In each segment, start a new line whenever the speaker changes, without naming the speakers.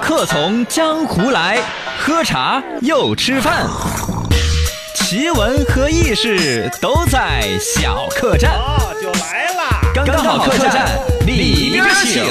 客从江湖来，喝茶又吃饭，奇闻和异事都在小客栈。
哦，就来啦！
刚刚好客栈，里边请。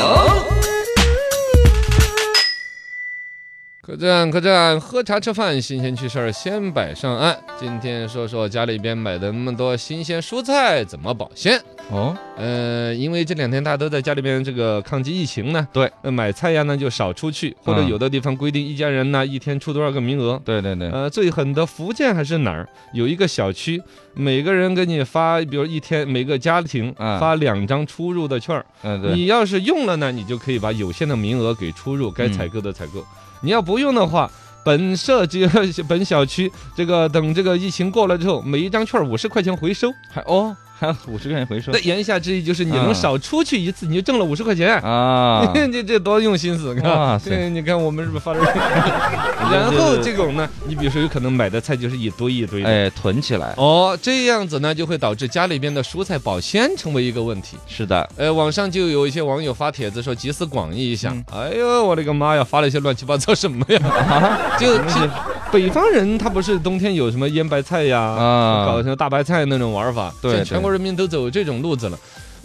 客栈，客栈，喝茶吃饭，新鲜趣事儿先摆上岸。今天说说家里边买的那么多新鲜蔬菜怎么保鲜。
哦，
呃，因为这两天大家都在家里边这个抗击疫情呢，
对，
那买菜呀呢就少出去，或者
嗯
有的地方规定一家人呢一天出多少个名额。
对对对，
呃，最狠的福建还是哪儿有一个小区，每个人给你发，比如一天每个家庭
啊
发两张出入的券儿，
嗯对，
你要是用了呢，你就可以把有限的名额给出入，
嗯
该采购的采购。你要不用的话，本社区本小区这个等这个疫情过了之后，每一张券五十块钱回收。
还哦，还有 五十块钱回收
那言下之意就是你
啊
能少出去一次，你就挣了五十块钱。
啊
这这多用心思，
哇
看，
塞
对，你看我们是不是发了？ 然后这种呢，你比如说有可能买的菜就是一堆一堆的，
哎，囤起来。
哦，这样子呢就会导致家里边的蔬菜保鲜成为一个问题。
是的，
呃，网上就有一些网友发帖子说集思广益一下。
嗯
哎呦，我的个妈呀，发了一些乱七八糟什么
啊
呀？就就北方人他不是冬天有什么腌白菜呀，
啊
搞什么大白菜那种玩法，
对
现在
对
全国人民都走这种路子了。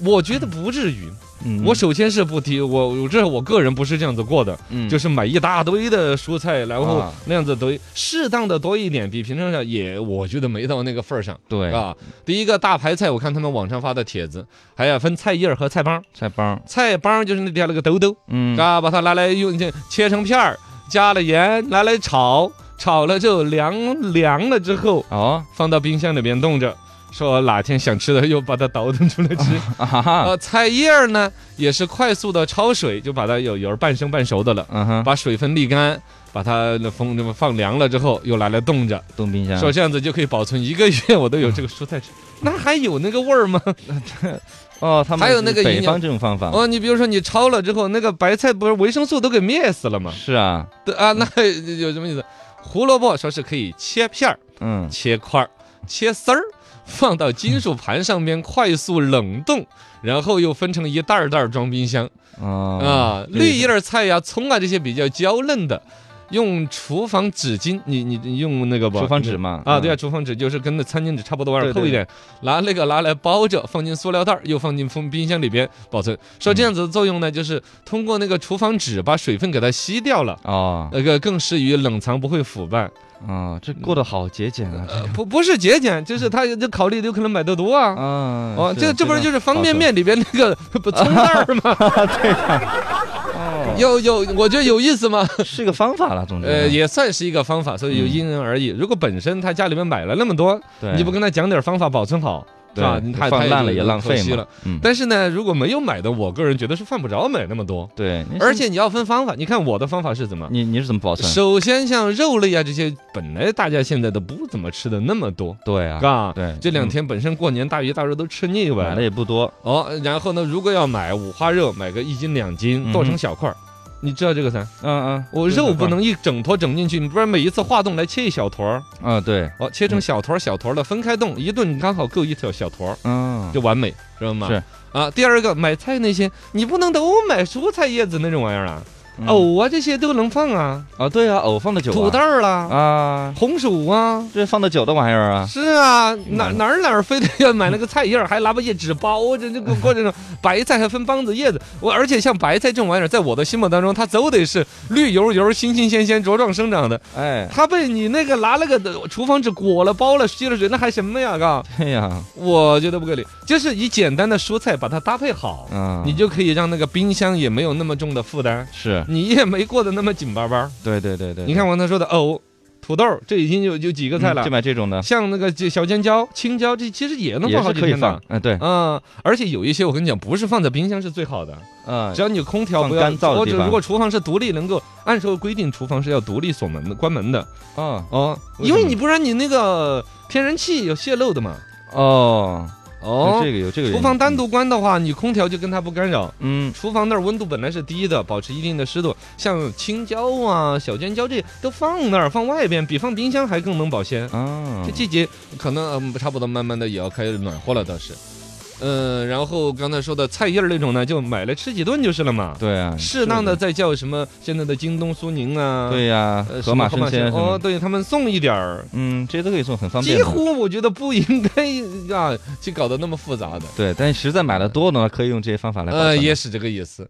我觉得不至于。
嗯
我首先是不提我，我这我个人不是这样子过的，
嗯
就是买一大堆的蔬菜，然后
啊
那样子堆，适当的多一点，比平常上也我觉得没到那个份儿上。
对
啊，第一个大白菜，我看他们网上发的帖子，还要分菜叶儿和菜帮儿。
菜帮，
菜帮儿就是那底下那个兜兜，
嗯
啊，把它拿来用这切成片儿，加了盐，拿来炒，炒了之后凉凉了之后，
哦
放到冰箱里边冻着。说哪天想吃的又把它倒腾出来 吃，
啊哈哈，
呃，菜叶儿呢也是快速的焯水，就把它有有半生半熟的了，
嗯哼，
把水分沥干，把它风这么放凉了之后，又拿来冻着，
冻冰箱，
说这样子就可以保存一个月，我都有这个蔬菜吃，嗯 那还有那个味儿吗？
哦，他们
还有那个
北
营
方
养
这种方法，
哦，你比如说你焯了之后，那个白菜不是维生素都给灭死了吗？
是啊，
对啊，那有什么意思？胡萝卜说是可以切片儿、
嗯，
切块儿、切丝儿，放到金属盘上面快速冷冻，然后又分成一袋儿袋儿装冰箱。
啊
啊，绿叶儿菜呀、葱啊这些比较娇嫩的，用厨房纸巾，你你你用那个吧，
厨房纸嘛
啊，对啊，
嗯
厨房纸就是跟那餐巾纸差不多玩意
对
儿，
对
厚一点，拿那个拿来包着，放进塑料袋儿，又放进封冰箱里边保存。说这样子的作用呢，就是通过那个厨房纸把水分给它吸掉了。
哦
那个呃更适于冷藏，不会腐败。
哦，这过得好节俭啊，
呃，不不是节俭，就是他就考虑有可能买得多
这
啊。
嗯啊
哦，这这不是就是是方便面里边那个不 葱段儿 吗？
哦，
有有，我觉得有意思吗？
是个方法了，总之
呃，
呢
也算是一个方法，所以有
嗯
因人而异。如果本身他家里面买了那么多，
对
你不跟他讲点方法保存好，是
对
吧？他
放烂了也
就
浪
可
费
惜
嘛
了。，
嗯，
但是呢，如果没有买的，我个人觉得是犯不着买那么多。
对，你
而
是
且你要分方法，你看我的方法是怎么？
你你是怎么保存？
首先像肉类啊这些，本来大家现在都不怎么吃的那么多，
对啊，
嘎。
对，
这两
嗯
天本身过年大鱼大肉都吃腻
买
歪
的
了
也不多，
哦，然后呢，如果要买五花肉，买个一斤两斤，剁
嗯
成小块儿，你知道这个噻？
嗯嗯，
我
这个
肉不
方
能一整坨整进去，你不然每一次化冻来切一小坨儿，
啊，对，
哦，切成小坨儿小坨儿的，分开冻，一顿刚好够一条小坨儿，
嗯，
就完美，知道吗？
是
啊。第二个买菜那些，你不能都买蔬菜叶子那种玩意儿啊，
嗯
藕啊这些都能放啊，
啊，对啊，藕放的久啊，
土豆儿啦，
啊，
红薯啊。
这放的久的玩意儿啊，
是啊，哪哪儿哪儿非得要买那个菜叶儿，还拿把叶纸包着，这个过这种白菜还分帮子叶子。我而且像白菜这种玩意儿，在我的心目当中，它都得是绿油油、新新鲜鲜、茁壮生长的。
哎，
他被你那个拿那个的厨房纸裹了、包了、吸了水，那还什么呀？嘎，
对哎呀，
我觉得不给力，就是以简单的蔬菜把它搭配好，
嗯，
你就可以让那个冰箱也没有那么重的负担，
是
你也没过得那么紧巴巴。
对对对对，
你看我刚才说的藕、土豆，这已经有有几个
嗯
菜了
就，买这种的，
像那个这小尖椒、青椒，这其实也能
也
放好
是
几
可以
天
放
的。，
嗯，对，
嗯，而且有一些我跟你讲，不是放在冰箱是最好的，
嗯
只，要你空调
放
不要
干燥的
或
地
者
方
如果厨房是独立，能够按照规定，厨房是要独立锁门的、关门的。
哦
哦，
为
因
什
为
么
你不然你那个天然气有泄漏的嘛。
哦，有
哦，
这个有这个原因，
厨房单独关的话，你空调就跟它不干扰。
嗯，
厨房那儿温度本来是低的，保持一定的湿度，像青椒啊、小尖椒这都放那儿，放外边比放冰箱还更能保鲜。
嗯啊
这，季节可能、嗯差不多慢慢的也要开始暖和了，倒是。呃，然后刚才说的菜叶儿那种呢，就买来吃几顿就是了嘛。
对啊，
适当的再叫什么现在的京东、苏宁
是
啊，
的，对呀
呃，，
河马
什
生
么
鲜什
哦，
么，
对他们送一点儿，
嗯，这些都可以送，很方便
几
的。
乎我觉得不应该啊去搞得那么复杂的。
对，但实在买的多呢，可以用这些方法来保存。
呃呃，也是这个意思。